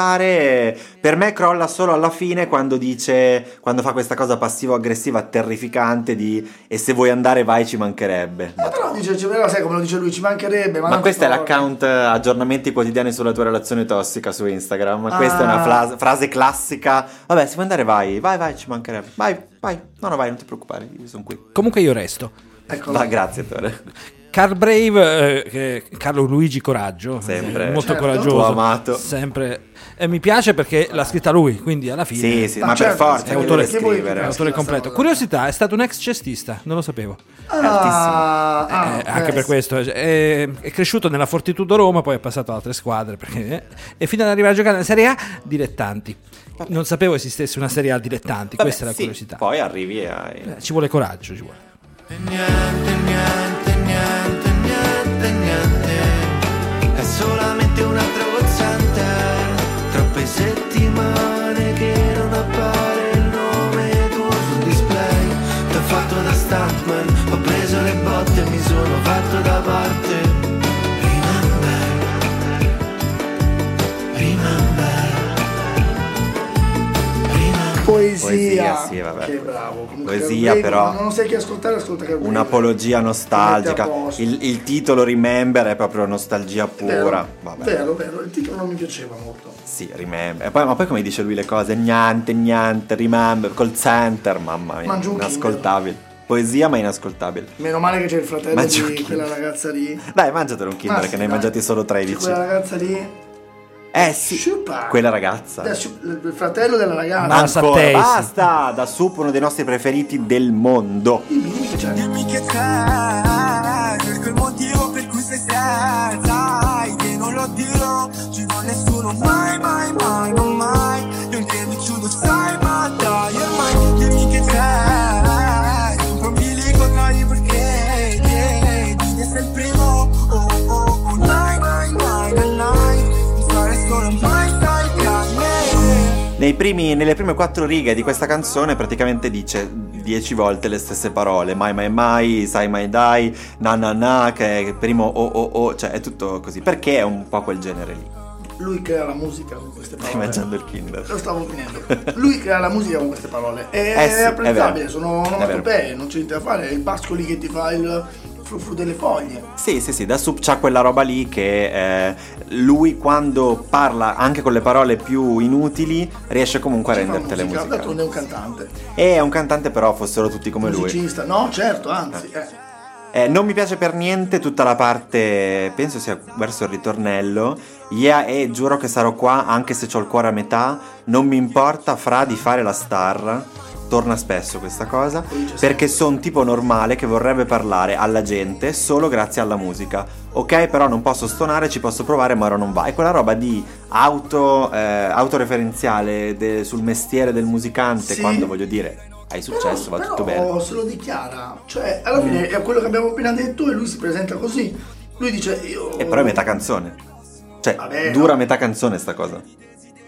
visualizzare, per me crolla solo alla fine quando dice, quando fa questa cosa passivo-aggressiva terrificante di e se vuoi andare vai ci mancherebbe.
Eh, però dice, cioè, però sai come lo dice lui, ci mancherebbe. Ma,
Ma
tanto
questo è
sta-
l'account eh, aggiornamenti quotidiani sulla tua relazione tossica su Instagram,
Ah.
questa è una flas- frase classica, vabbè se vuoi andare vai, vai vai ci mancherebbe, vai vai, no no vai non ti preoccupare, io sono qui.
Comunque io resto.
Eccolo.
Va, grazie Tore,
Carl Brave, eh, che- Carlo Luigi Coraggio,
Sempre.
eh, molto
Certo.
coraggioso,
Tuo amato.
sempre. E mi piace perché l'ha scritta lui, quindi alla fine
sì sì,
Ma
ma
certo,
per forza,
sì,
è
che
autore,
deve
che vuoi-
è
scrivere.
autore
Sì,
completo.
sì.
Curiosità, è stato un ex cestista, non lo sapevo.
Ah, ah,
Eh,
ok.
anche per questo eh, è, cresciuto nella Fortitudo Roma, poi è passato ad altre squadre perché, eh, e fino ad arrivare a giocare nella Serie A dilettanti. Non sapevo esistesse una Serie A dilettanti,
Vabbè,
questa è la
sì,
curiosità.
Poi arrivi e hai...
Eh, ci vuole coraggio, ci vuole.
Niente, niente, niente, niente, niente. È solamente un'altra pozzante. Troppe settimane che non appare il nome tuo sul display. T'ho fatto da stuntman, ho preso le botte e mi sono fatto da parte. Remember, remember, remember.
Poesia.
Poesia, sì, vabbè.
Che bravo. Comunque,
Poesia,
Carl Brave,
però-
Non sai che ascoltare, ascolta che
Un'apologia nostalgica.
Lo mette a posto.
Il, il titolo Remember è proprio nostalgia pura.
Vero,
Vabbè.
vero, vero. Il titolo non mi piaceva molto.
Sì, Remember. E poi- ma poi come dice lui le cose? Niente, niente, Remember, col center, mamma mia.
Mangiù un
inascoltabile. Poesia ma inascoltabile.
Meno male che c'è il fratello
Ma
di
giochino.
quella ragazza lì.
Dai, mangiatelo un Kinder
Ma sì,
che ne hai
dai.
mangiati solo
C'è
13.
Quella ragazza lì.
Eh sì,
Sciupa.
quella ragazza.
Eh, sci- Il fratello della
Ma-
ragazza.
Basta
Ancora,
Taste.
basta! Da Sup, uno dei nostri preferiti del mondo.
Dimmi, dimmi che c'è.
Dimmi che c'è, cerco il motivo per cui sei senza Sai che non lo dirò, ci va nessuno mai, mai, mai, non mai Io che mi chiudo, sai, ma dai, ormai Dimmi che c'è, compro mille contrari perché Chiedi di essere il primo, oh, oh, oh, nai, nai, nai, nai, nai Non fare solo mai, sai, che a me
Ne Nei primi- nelle prime quattro righe di questa canzone praticamente dice dieci volte le stesse parole. Mai mai mai, sai mai dai, na na na, che è primo o o o, cioè è tutto così. Perché è un po' quel genere lì.
Lui crea la musica con queste
Stai
parole.
mangiando il Kinder.
Lo stavo finendo. Lui crea la musica con queste parole. È
Eh sì, è
apprezzabile,
vero.
sono
È
onomatopee,
vero.
non c'è niente da fare. È il pascoli che ti fa il fru fru delle foglie.
Sì, sì, sì, da sub c'ha quella roba lì che eh, lui quando parla anche con le parole più inutili riesce comunque a
Ci fa
rendertele
musica,
musicali.
D'altronde è un cantante.
E è un cantante però fossero tutti come lui.
Musicista, no, certo, anzi. eh.
Eh, non mi piace per niente tutta la parte, penso sia verso il ritornello. Yeah, e giuro che sarò qua anche se ho il cuore a metà. Non mi importa fra di fare la star. Torna spesso questa cosa. Perché sono un tipo normale che vorrebbe parlare alla gente solo grazie alla musica. Ok, però non posso stonare, ci posso provare, ma ora non va. È quella roba di auto, eh, autoreferenziale de- sul mestiere del musicante.
Sì.
Quando voglio dire, hai successo, va
Però
tutto bene. Mm.
se lo dichiara. Cioè, alla fine è quello che abbiamo appena detto e lui si presenta così. Lui dice io.
E però è metà canzone. Cioè,
Mm. Vabbè,
dura
no.
metà canzone sta cosa.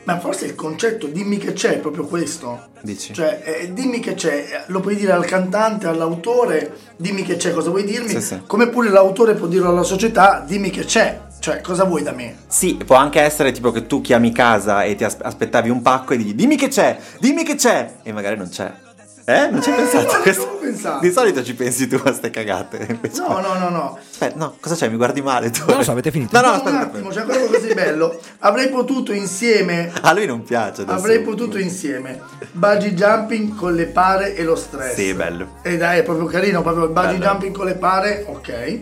Ma forse il concetto, dimmi che c'è, è proprio questo.
Dici?
Cioè, eh, dimmi che c'è, eh, lo puoi dire al cantante, all'autore, dimmi che c'è, cosa vuoi dirmi?
Sì, sì.
Come pure l'autore può dirlo alla società, dimmi che c'è, cioè, cosa vuoi da me?
Sì, può anche essere tipo che tu chiami casa e ti as- aspettavi un pacco e dici dimmi che c'è, dimmi che c'è. E magari non c'è. Eh? Non ci hai pensato?
non
a
ci avevo pensato.
Di solito ci pensi tu a ste cagate. [laughs] invece-
No, no, no, no.
Aspetta, no, cosa c'è? Mi guardi male tu?
Non lo so, avete finito?
No, no,
un
aspetta.
attimo, cioè, c'è ancora qualcosa di bello. Avrei potuto insieme,
[laughs] A lui non piace adesso.
avrei potuto insieme, bungee jumping con le pare e lo stress.
Sì, bello.
E dai, è proprio carino, proprio il bungee
Bello.
jumping con le pare, ok.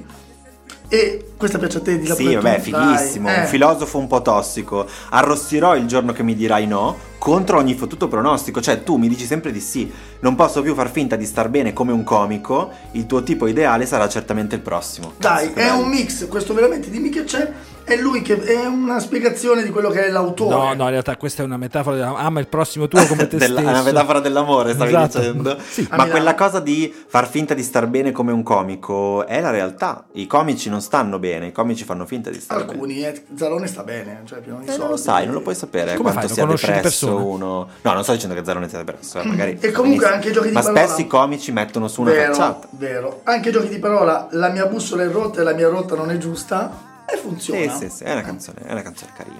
E questa piace a te di la
Sì,
puoi
vabbè,
tu, dai.
fighissimo.
Eh.
Un filosofo un po' tossico. Arrossirò il giorno che mi dirai no contro ogni fottuto pronostico. Cioè, tu mi dici sempre di sì. Non posso più far finta di star bene come un comico. Il tuo tipo ideale sarà certamente il prossimo.
Dai,
Cazzo, che
è
bello.
un mix, questo veramente dimmi che c'è, è lui che è una spiegazione di quello che è l'autore.
No, no, in realtà questa è una metafora. Della... Ama il prossimo tuo come te
[laughs] Della-
stesso.
è una metafora dell'amore, stavi
Esatto.
dicendo.
Sì.
A
Ma
Milano.
quella cosa di far finta di star bene come un comico è la realtà. I comici non stanno bene, i comici fanno finta di star bene.
Alcuni, eh, Zalone sta bene, cioè più
Eh, non lo sai, non lo puoi sapere
Come
quanto
fai? Lo
sia
conosci di
depresso
persona?
uno. No, non sto dicendo che Zalone sia depresso, eh, magari.
Mm. E
sta
comunque
benissimo.
anche i giochi di
Ma
parola.
spesso i comici mettono su una
Vero,
facciata.
vero. Anche giochi di parola, la mia bussola è rotta e la mia rotta non è giusta e
Sì,
funziona.
sì, sì, è una canzone, è una canzone carina.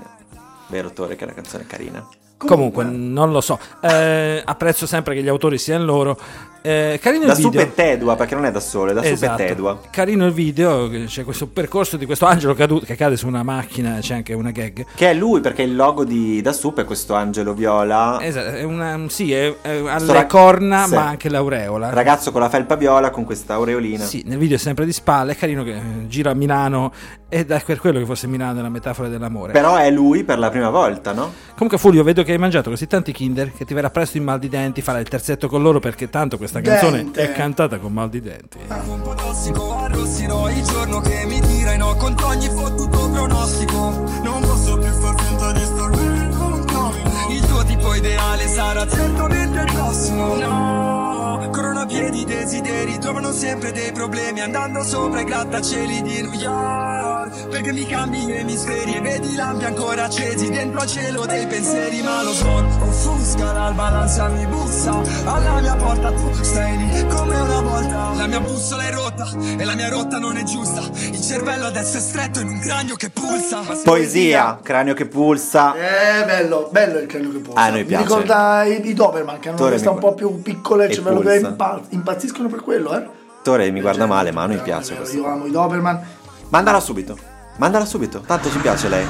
Vero Tore che è una canzone carina.
Comunque, non lo so. Eh, apprezzo sempre che gli autori siano loro. Eh, carino
Da
il video.
super Tedua, perché non è da sole, da super
Esatto.
Tedua.
Carino il video, che c'è questo percorso di questo angelo caduto che cade su una macchina, c'è anche una gag.
Che è lui, perché il logo di Da Sup è questo angelo viola.
Esatto, è una, sì, è, è
Sto
alle
ra-
corna,
Ah. sì.
ma anche l'aureola.
Ragazzo con la felpa viola con questa aureolina.
Sì, nel video è sempre di spalle, è carino che eh, gira a Milano ed è per quello che fosse Milano è la metafora dell'amore.
Però è lui per la prima volta, no?
Comunque Fulvio, vedo che hai mangiato così tanti Kinder che ti verrà presto il mal di denti, farai il terzetto con loro perché tanto questa canzone
Dente.
è cantata con mal di denti.
un po' tossico Arrossirò il giorno che mi dirai no Contro ogni fottuto pronostico Non posso più far finta di star bene con un comico Il tuo tipo ideale sarà certamente il prossimo No, coronapiedi desideri Trovano sempre dei problemi Andando sopra i grattacieli di New York Perché mi cambi gli emisferi E vedi i lampi ancora accesi Dentro al cielo dei pensieri Ma lo smog offusca L'alba l'ansia mi bussa Alla mia porta tu stai lì come una volta La mia bussola è rotta E la mia rotta non è giusta Il cervello adesso è stretto in un cranio che pulsa
Poesia, cranio che pulsa.
Eh, bello, bello il cranio che pulsa.
Ah, a noi piace.
Mi ricorda i, i Doberman che hanno una
Tore
testa
mi
un po'
guarda.
più piccola e il
E
cervello che
pulsa.
impa- impazziscono per quello, eh.
Tore mi guarda male, ma a noi
Eh,
piace
vero,
questo.
Io amo i Doberman.
Mandala subito. Mandala subito. Tanto ci piace lei.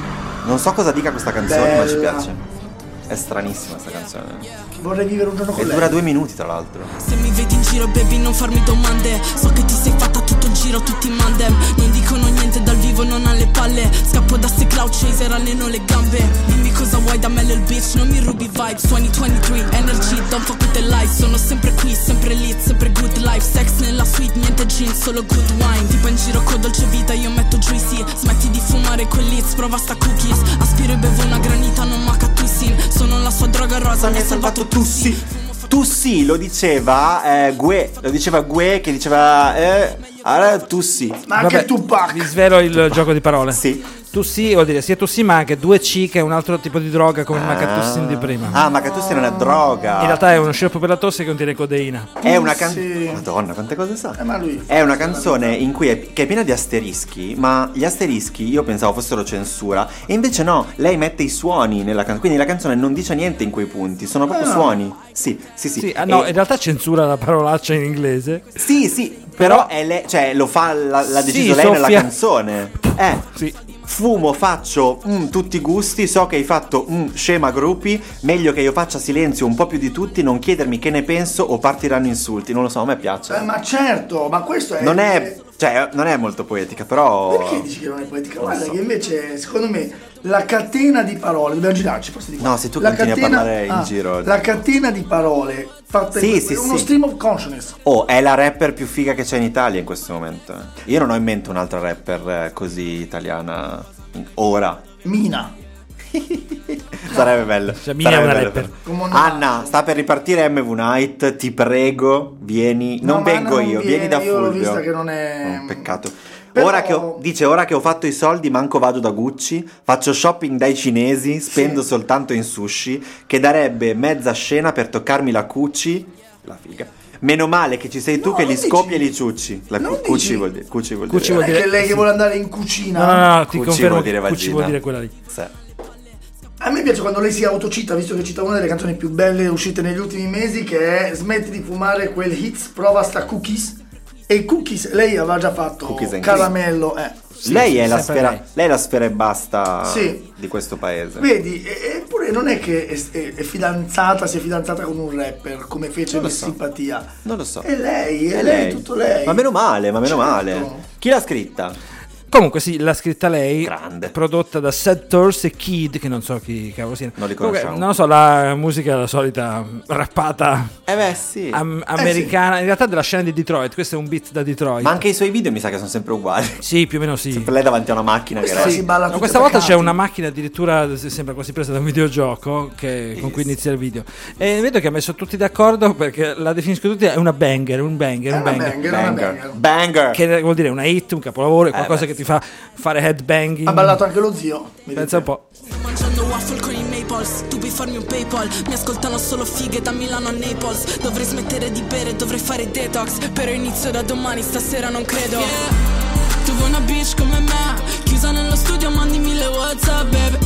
Non so cosa dica questa canzone, ma ci
Bella.
piace. È stranissima questa canzone.
Vorrei vivere un giorno
E
con
dura
lei.
due minuti, tra l'altro.
Se mi vedi in giro, bevi, non farmi domande. So che ti sei fatta tutto in giro, tutti in mandem. Non dicono niente dal vivo, non alle palle. Scappo da ste cloud chaser, alleno le gambe. Dimmi cosa vuoi da me, lil bitch, non mi rubi vibes. 2023, energy, don't fuck with the lies. Sono sempre qui, sempre lì, sempre good life. Sex nella suite, niente gin, solo good wine. Tipo in giro con dolce vita, io metto juicy. Smetti di fumare quell'its, prova sta cookies. Aspiro e bevo una granita, non manca tussin. Sono la sua droga rosa, mi ha salvato tussi.
Tu sì, lo diceva eh, Gue. Lo diceva Gue che diceva. eh, Allora tu sì.
Ma anche
Vabbè,
Tupac.
Vi svelo il gioco di parole.
Sì.
Tu sì, vuol dire sia tu sì, ma anche 2C, che è un altro tipo di droga come il macatussin di prima.
Ah, ma Catussi non è droga.
In realtà è uno sciroppo per la tosse che contiene codeina.
È una canzone. Madonna, quante cose sa. È una canzone in cui è, che è piena di asterischi, ma gli asterischi io pensavo fossero censura. E invece no, lei mette i suoni nella canzone. Quindi la canzone non dice niente in quei punti, sono proprio
Ah.
suoni. Sì, sì, sì.
Sì, ah, no,
E-
in realtà censura la parolaccia in inglese.
Sì, sì, però è lei- cioè, lo fa, la- l'ha
Sì,
deciso lei nella
soffia.
canzone. Eh, fumo, faccio mm, tutti i gusti, so che hai fatto mm, scema gruppi, meglio che io faccia silenzio un po' più di tutti, non chiedermi che ne penso o partiranno insulti, non lo so, a me piace.
Eh, ma certo, ma questo è. eh,
Non è, cioè, non è molto poetica, però...
Perché dici che non è poetica? Guarda,
so.
che invece, secondo me, la catena di parole. Dobbiamo girarci, forse di qua.
No, se tu
La
continui a
catena-
parlare in
ah,
giro-
La catena di parole fatta
Sì,
in
sì,
uno
sì.
stream of consciousness.
Oh, è la rapper più figa che c'è in Italia in questo momento. Io non ho in mente un'altra rapper eh, così italiana in- ora.
Mina.
[laughs] Sarebbe bello.
Mina
sarebbe
Cioè, è una
bello.
rapper.
Come un-
Anna, sta per ripartire MV Night, ti prego, vieni.
No,
non
ma
vengo
Anna non
io,
viene,
vieni da
Io l'ho
Fulvio.
vista che non è.
Oh, peccato.
Però-
Ora che ho, dice, ora che ho fatto i soldi manco vado da Gucci, faccio shopping dai cinesi, spendo soltanto in sushi, che darebbe mezza scena per toccarmi la cucci, la figa. Meno male che ci sei tu che li scopi e li ciucci. La cu- cucci vuol dire... Cucci vuol
Cucci
dire...
vuol
È Eh, che lei che vuole andare in
No,
cucina.
no, no, ti
Ah, Cucci
confermo
vuol
che
dire
Cucci
vagina.
vuol dire quella lì.
Sì.
A me piace quando lei si autocita, visto che cita una delle canzoni più belle uscite negli ultimi mesi, che è Smetti di fumare quel hits, prova sta cookies. E i cookies, lei aveva già fatto
Cookies and
caramello. Eh.
lei, è la
sempre
sfera,
lei.
lei. è la sfera e basta
Sì.
di questo paese.
Vedi, e- eppure non è che è, è- è fidanzata, si è fidanzata con un rapper, come fece per simpatia.
Non lo so.
È lei, è,
È
lei, tutto lei. Certo.
Ma meno male, ma meno male. Chi l'ha scritta?
Comunque sì, l'ha scritta lei, prodotta da Sad Thirst e Kid, che non so chi cavolo sia.
Non li
Comunque,
conosciamo.
non lo so, la musica è la solita rappata
Eh beh, sì.
am- americana, in realtà della scena di Detroit, questo è un beat da Detroit.
Ma anche i suoi video mi sa che sono sempre uguali. [laughs]
Sì, più o meno sì.
Sempre lei davanti a una macchina che
Sì,
resta.
sì, ma questa volta c'è una macchina addirittura se- sembra quasi presa da un videogioco che- con cui inizia il video e vedo che ha messo tutti d'accordo perché la definisco tutti è una banger un banger un banger,
Banger. Banger.
che vuol dire una hit un capolavoro è qualcosa
beh,
che ti fa fare headbanging
Eh Ha ballato anche lo zio.
pensa un po'
Mangiando waffle con i Maples, tu puoi farmi un PayPal. Mi ascoltano solo fighe da Milano a Naples. Dovrei smettere di bere, dovrei fare detox. Però inizio da domani, stasera non credo. Tu vuoi una bitch come me, chiusa nello studio, mandimi le WhatsApp, baby.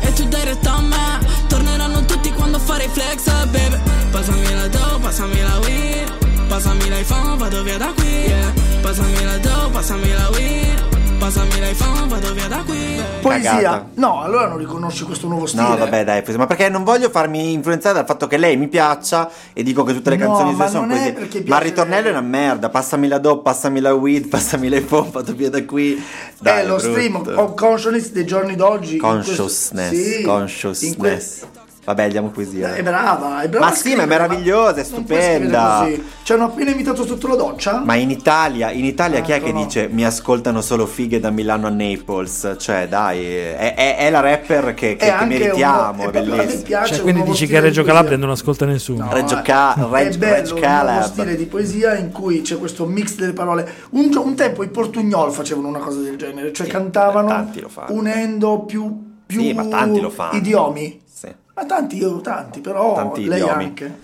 E tu dai retta a me, torneranno tutti quando farei flex, ah, baby. Passami la dough, passami la weed. Passami l'iPhone, vado via da qui. yeah. Passami la dough, passami la weed. Passami l'iPhone, vado via da qui.
Poesia.
Cagata.
No, allora non riconosci questo nuovo stile.
No, vabbè, dai, ma perché non voglio farmi influenzare dal fatto che lei mi piaccia e dico che tutte le
No,
canzoni
ma
sue sono
non è
così.
perché
Ma il
piace-
ritornello è una merda. Passami la do, passami la weed, [laughs] passami le pompe, vado via da qui. Dai,
è Eh, lo
brutto.
stream oh, of consciousness dei giorni d'oggi. in questo-
Consciousness.
Sì, in questo-
consciousness. Vabbè, andiamo così.
È brava, è brava.
Ma
a
sì, ma
scrivere,
è meravigliosa, è
non puoi scrivere
stupenda.
così. Ci hanno appena invitato sotto la doccia?
Ma in Italia, in Italia chi è che
no.
dice mi ascoltano solo fighe da Milano a Naples? Cioè, dai, è, è- è la rapper che, che- che
anche
meritiamo,
un-
è
è proprio- a me
bellissima.
piace
cioè
un
quindi
nuovo
dici
stile
che Reggio
di
Calabria
poesia.
non ascolta nessuno
Reggio, Ca-
È
Reg- Reg
bello un nuovo
Calab.
stile di poesia in cui c'è questo mix delle parole. Un, gio- un tempo i Portugnol facevano una cosa del genere, cioè cantavano
tanti lo fanno.
unendo più, più
Sì, ma tanti lo fanno.
idiomi.
Sì.
Ma tanti, io- tanti, però
Tanti
lei
idiomi.
anche.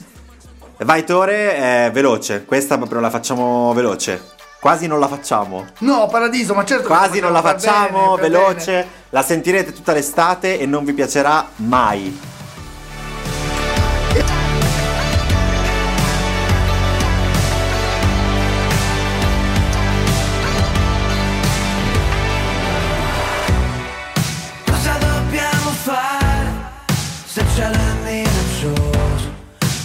Vai Tore, eh, veloce, questa proprio la facciamo veloce. Quasi non la facciamo.
No, Paradiso, ma certo. che
Quasi non la
va
facciamo,
bene, va
veloce.
bene.
La sentirete tutta l'estate e non vi piacerà mai.
Cosa dobbiamo fare se c'è la minacciosa?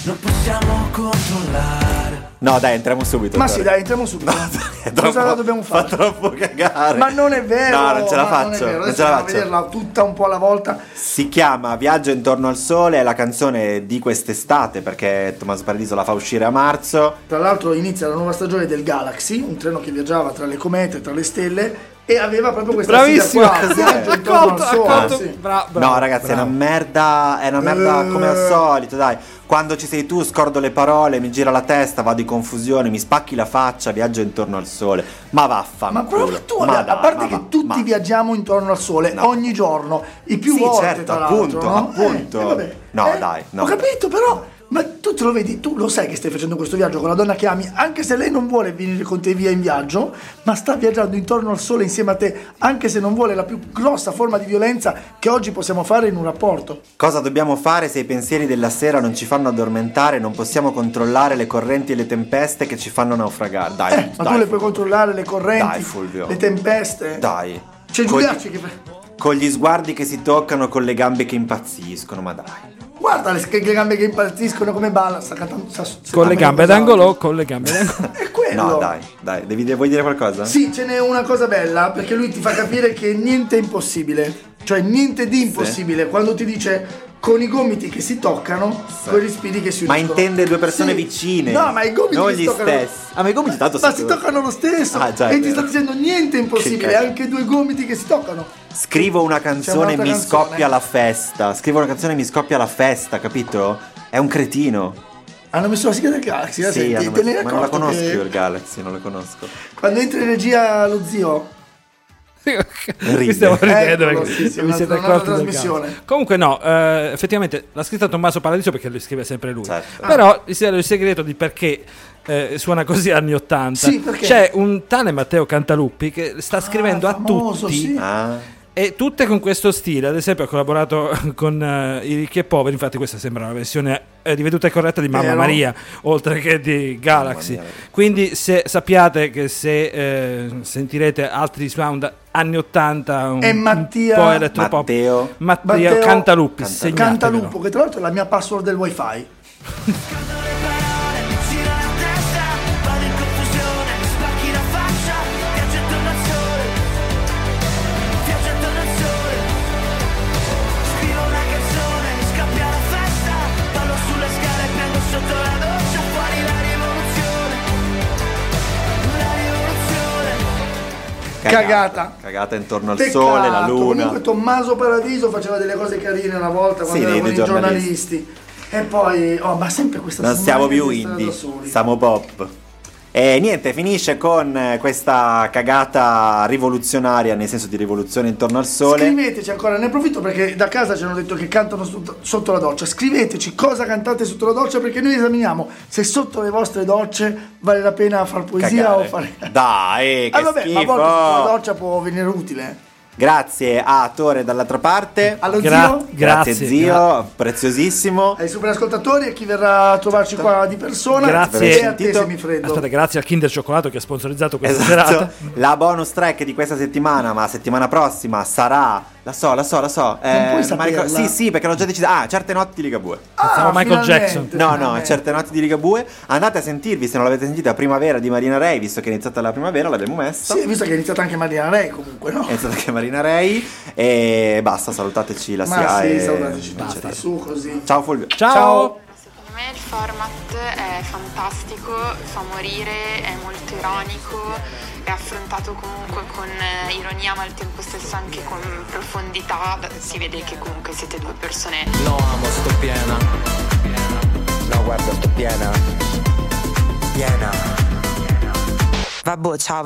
Non possiamo controllare.
No, dai, entriamo subito.
Ma
Tore.
sì, dai, entriamo
[laughs]
subito.
È troppo-
Cosa la dobbiamo fare?
Fa troppo cagare.
Ma non è vero.
No, non ce la
ma
faccio,
Non, è vero.
non
Adesso
ce la
andiamo a
faccio.
vederla tutta un po' alla volta.
Si chiama Viaggio intorno al sole, è la canzone di quest'estate perché Tommaso Paradiso la fa uscire a marzo.
Tra l'altro inizia la nuova stagione del Galaxy, un treno che viaggiava tra le comete, tra le stelle, e aveva proprio questa
Bravissimo,
sedia qua,
esatto,
bianca
ha
intorno al
colto- ha
sole,
colto-
sì.
bra-
no, ragazzi, è una merda. È una
Eh.
merda come al solito, dai. Quando ci sei tu, scordo le parole, mi gira la testa, vado in confusione, mi spacchi la faccia, viaggio intorno al sole. Ma vaffanculo.
Ma proprio tu,
ma
a
dai,
parte
ma
che
va,
tutti
ma-
viaggiamo intorno al sole ogni giorno, i più
Sì,
volte
certo,
tra l'altro,
appunto,
no?
appunto.
Eh, eh, vabbè.
No, dai, no.
Ho capito però, ma tu te lo vedi, tu lo sai che stai facendo questo viaggio con la donna che ami, anche se lei non vuole venire con te via in viaggio, ma sta viaggiando intorno al sole insieme a te, anche se non vuole la più grossa forma di violenza che oggi possiamo fare in un rapporto.
Cosa dobbiamo fare se i pensieri della sera non ci fanno addormentare? Non possiamo controllare le correnti e le tempeste che ci fanno naufragare. Eh, Dai,
Eh, Ma
dai,
tu le puoi controllare le correnti,
Dai, Fulvio.
le tempeste.
dai.
C'è
Con-
Giuliacci che fa...
Con gli sguardi che si toccano, con le gambe che impazziscono, ma dai.
Guarda le, le gambe che impazziscono come balla, sta cantando... sta- sta-
Con le gambe
cosa-
d'angolo, con le gambe
[laughs]
d'angolo.
No, dai, dai, devi, dire- vuoi dire qualcosa?
Sì, ce n'è una cosa bella perché lui ti fa capire che niente è impossibile, cioè niente di impossibile. Quando ti dice con i gomiti che si toccano, con gli spidi che si
Ma
uniscono.
intende due persone
Sì.
vicine.
No, ma i gomiti
non
che si
gli
toccano.
stessi. Ah, ma i gomiti tanto
Ma
si
si
to-
toccano lo stesso
Ah, già, è
e ti sta
vero.
dicendo niente è impossibile,
Che cazzo.
anche due gomiti che si toccano.
Scrivo una canzone e mi
un'altra canzone.
scoppia la festa. Scrivo una canzone e mi scoppia la festa, capito? È un cretino.
Hanno messo la sigla del Galaxy, la senti?
hanno
Te ne
messo-
eri
ma non la
accorto
conosco
che
io il Galaxy, non la conosco.
Quando entra in regia lo zio.
Qui stiamo
Ride.
ridendo
Eccolo,
perché
sì, sì,
non vi
un'altra-
siete
un'altra
accorti del
trasmissione.
caso. Comunque no, eh, effettivamente l'ha scritta Tommaso Paradiso perché lui scrive sempre lui.
Ah.
Certo.
Però il il segreto di perché eh, suona così anni 80.
Sì, perché? Ah,
C'è un tale Matteo Cantaluppi che sta scrivendo a
famoso,
tutti
sì.
Ah,
e tutte con questo stile, ad esempio ha collaborato [laughs] con eh, i ricchi e poveri, infatti questa sembra una versione eh, riveduta e corretta di Mamma
Vero.
Maria, oltre che di Galaxy.
Mamma mia, ragazzi.
Quindi se, sappiate che se eh, sentirete altri sound anni 80 un,
E Mattia-
un po' elettropop,
Matteo.
Matteo,
Matteo-
Cantaluppi,
Cantaluppi.
segnatevelo.
Cantalupo, che tra l'altro è la mia password del wifi. Cagata.
Cagata intorno al
Peccato,
sole, la luna.
Comunque Tommaso Paradiso faceva delle cose carine una volta
Sì,
quando era
dei-
con i
dei
giornalisti. E poi, oh, ma sempre questa
Non siamo
smania
più
di stare
indie,
da soli.
siamo pop. E niente, finisce con eh, questa cagata rivoluzionaria, nel senso di rivoluzione intorno al sole.
Scriveteci ancora, ne approfitto perché da casa ci hanno detto che cantano sotto, sotto la doccia. Scriveteci cosa cantate sotto la doccia perché noi esaminiamo se sotto le vostre docce vale la pena far poesia
Cagare.
o [laughs] fare.
Dai, che
Ah, vabbè, ma a
schifo.
volte sotto la doccia può venire utile.
Grazie a Tore dall'altra parte.
Allo Eh,
Gra-
zio,
grazie,
zio,
gra-
preziosissimo.
ai super ascoltatori e chi verrà a trovarci qua di persona.
Grazie.
E a te
Certo. Sentito.
se mi freddo.
Aspetta, grazie al Kinder Cioccolato che ha sponsorizzato questa
Esatto.
serata.
La bonus track di questa settimana, ma settimana prossima sarà la so, la so, la so. eh,
puoi
ma
saperla.
ricor- sì, sì, perché l'ho già deciso. Ah, certe notti Ligabue.
Pensavo
Ah,
Michael
finalmente.
Jackson.
No, certo. no,
Finalmente.
certe notti di Ligabue. Andate a sentirvi se non l'avete sentita primavera di Marina Rei, visto che è iniziata la primavera, l'abbiamo messa.
Sì, visto che è iniziata anche Marina Re comunque, no?
È iniziata anche Marina Rei. E basta, salutateci la
Ma
SIA.
sì,
e-
salutateci tutti
eccetera.
su così.
Ciao Fulvio.
Ciao.
Secondo me il format è fantastico, fa morire, è molto ironico, è affrontato comunque con eh, ironia ma al tempo stesso anche con profondità, si vede che comunque siete due persone
No, amo, sto piena. No, guarda, sto piena. Piena.
Vabbè, ciao.